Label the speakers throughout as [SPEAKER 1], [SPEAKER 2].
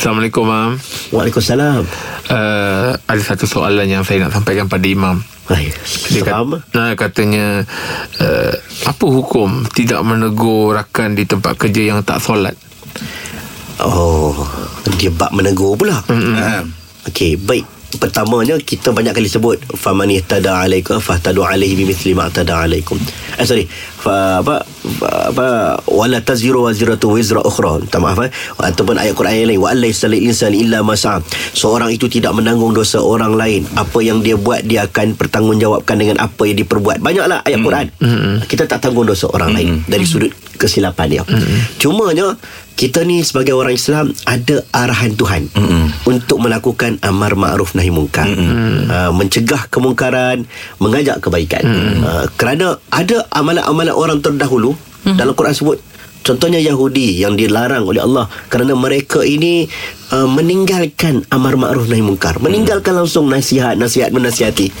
[SPEAKER 1] Assalamualaikum Mam
[SPEAKER 2] Waalaikumsalam
[SPEAKER 1] uh, Ada satu soalan yang saya nak sampaikan pada Imam
[SPEAKER 2] Hai
[SPEAKER 1] Dia kat,
[SPEAKER 2] Seram
[SPEAKER 1] nah, katanya uh, Apa hukum tidak menegur rakan di tempat kerja yang tak solat
[SPEAKER 2] Oh Dia bab menegur pula
[SPEAKER 3] Ha.
[SPEAKER 2] Okey baik Pertamanya kita banyak kali sebut famani tada alaikum fahtadu alaihi bimithli ma tada alaikum. Eh sorry. Fa apa fa- apa wala taziru waziratu wizra ukhra. Minta maaf eh. Ataupun ayat Quran yang lain wa alaysa lil insani illa ma sa'a. Seorang itu tidak menanggung dosa orang lain. Apa yang dia buat dia akan pertanggungjawabkan dengan apa yang diperbuat. Banyaklah ayat Quran. Kita tak tanggung dosa orang lain dari sudut kesilapan dia. Cumanya kita ni sebagai orang Islam ada arahan Tuhan untuk melakukan amar ma'ruf nahi mungkar uh, mencegah kemungkaran mengajak kebaikan uh, kerana ada amalan-amalan orang terdahulu dalam Quran sebut contohnya Yahudi yang dilarang oleh Allah kerana mereka ini uh, meninggalkan amar ma'ruf nahi mungkar meninggalkan langsung nasihat nasihat menasihati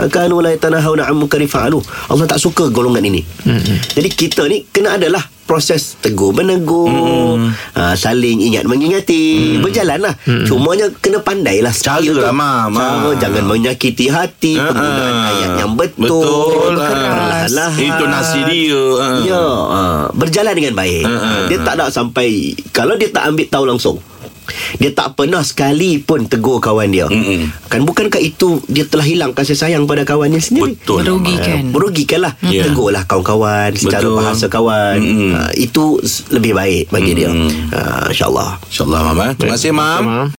[SPEAKER 2] uh, kanu la yatanahawna 'an munkari fa'alu Allah tak suka golongan ini
[SPEAKER 3] Hmm.
[SPEAKER 2] jadi kita ni kena adalah proses tegur menegur
[SPEAKER 3] Hmm.
[SPEAKER 2] uh, saling ingat mengingati berjalanlah cumanya kena pandailah
[SPEAKER 3] Cara
[SPEAKER 2] skill tu.
[SPEAKER 3] lah, Mam.
[SPEAKER 2] cara
[SPEAKER 3] Ha.
[SPEAKER 2] jangan menyakiti hati
[SPEAKER 3] Ha, ha.
[SPEAKER 2] penggunaan ayat yang betul,
[SPEAKER 3] Betul lah.
[SPEAKER 2] perlahan-lahan.
[SPEAKER 3] Intonasi dia, ha.
[SPEAKER 2] ya ha. berjalan dengan baik
[SPEAKER 3] Ha, ha,
[SPEAKER 2] dia tak nak sampai kalau dia tak ambil tahu langsung dia tak pernah sekali pun tegur kawan dia
[SPEAKER 3] Mm-mm.
[SPEAKER 2] kan bukankah itu dia telah hilang kasih sayang pada kawannya sendiri
[SPEAKER 3] Betul
[SPEAKER 2] Eh,
[SPEAKER 3] lah, Mam.
[SPEAKER 4] Merugikan
[SPEAKER 2] Merugikanlah
[SPEAKER 3] Ya.
[SPEAKER 2] yeah. Tegurlah kawan-kawan Secara
[SPEAKER 3] Betul.
[SPEAKER 2] bahasa kawan
[SPEAKER 3] Mm-mm.
[SPEAKER 2] uh, Itu s- lebih baik bagi dia
[SPEAKER 3] Mm.
[SPEAKER 2] uh, InsyaAllah
[SPEAKER 3] InsyaAllah mam eh. Terima kasih mam
[SPEAKER 1] Mam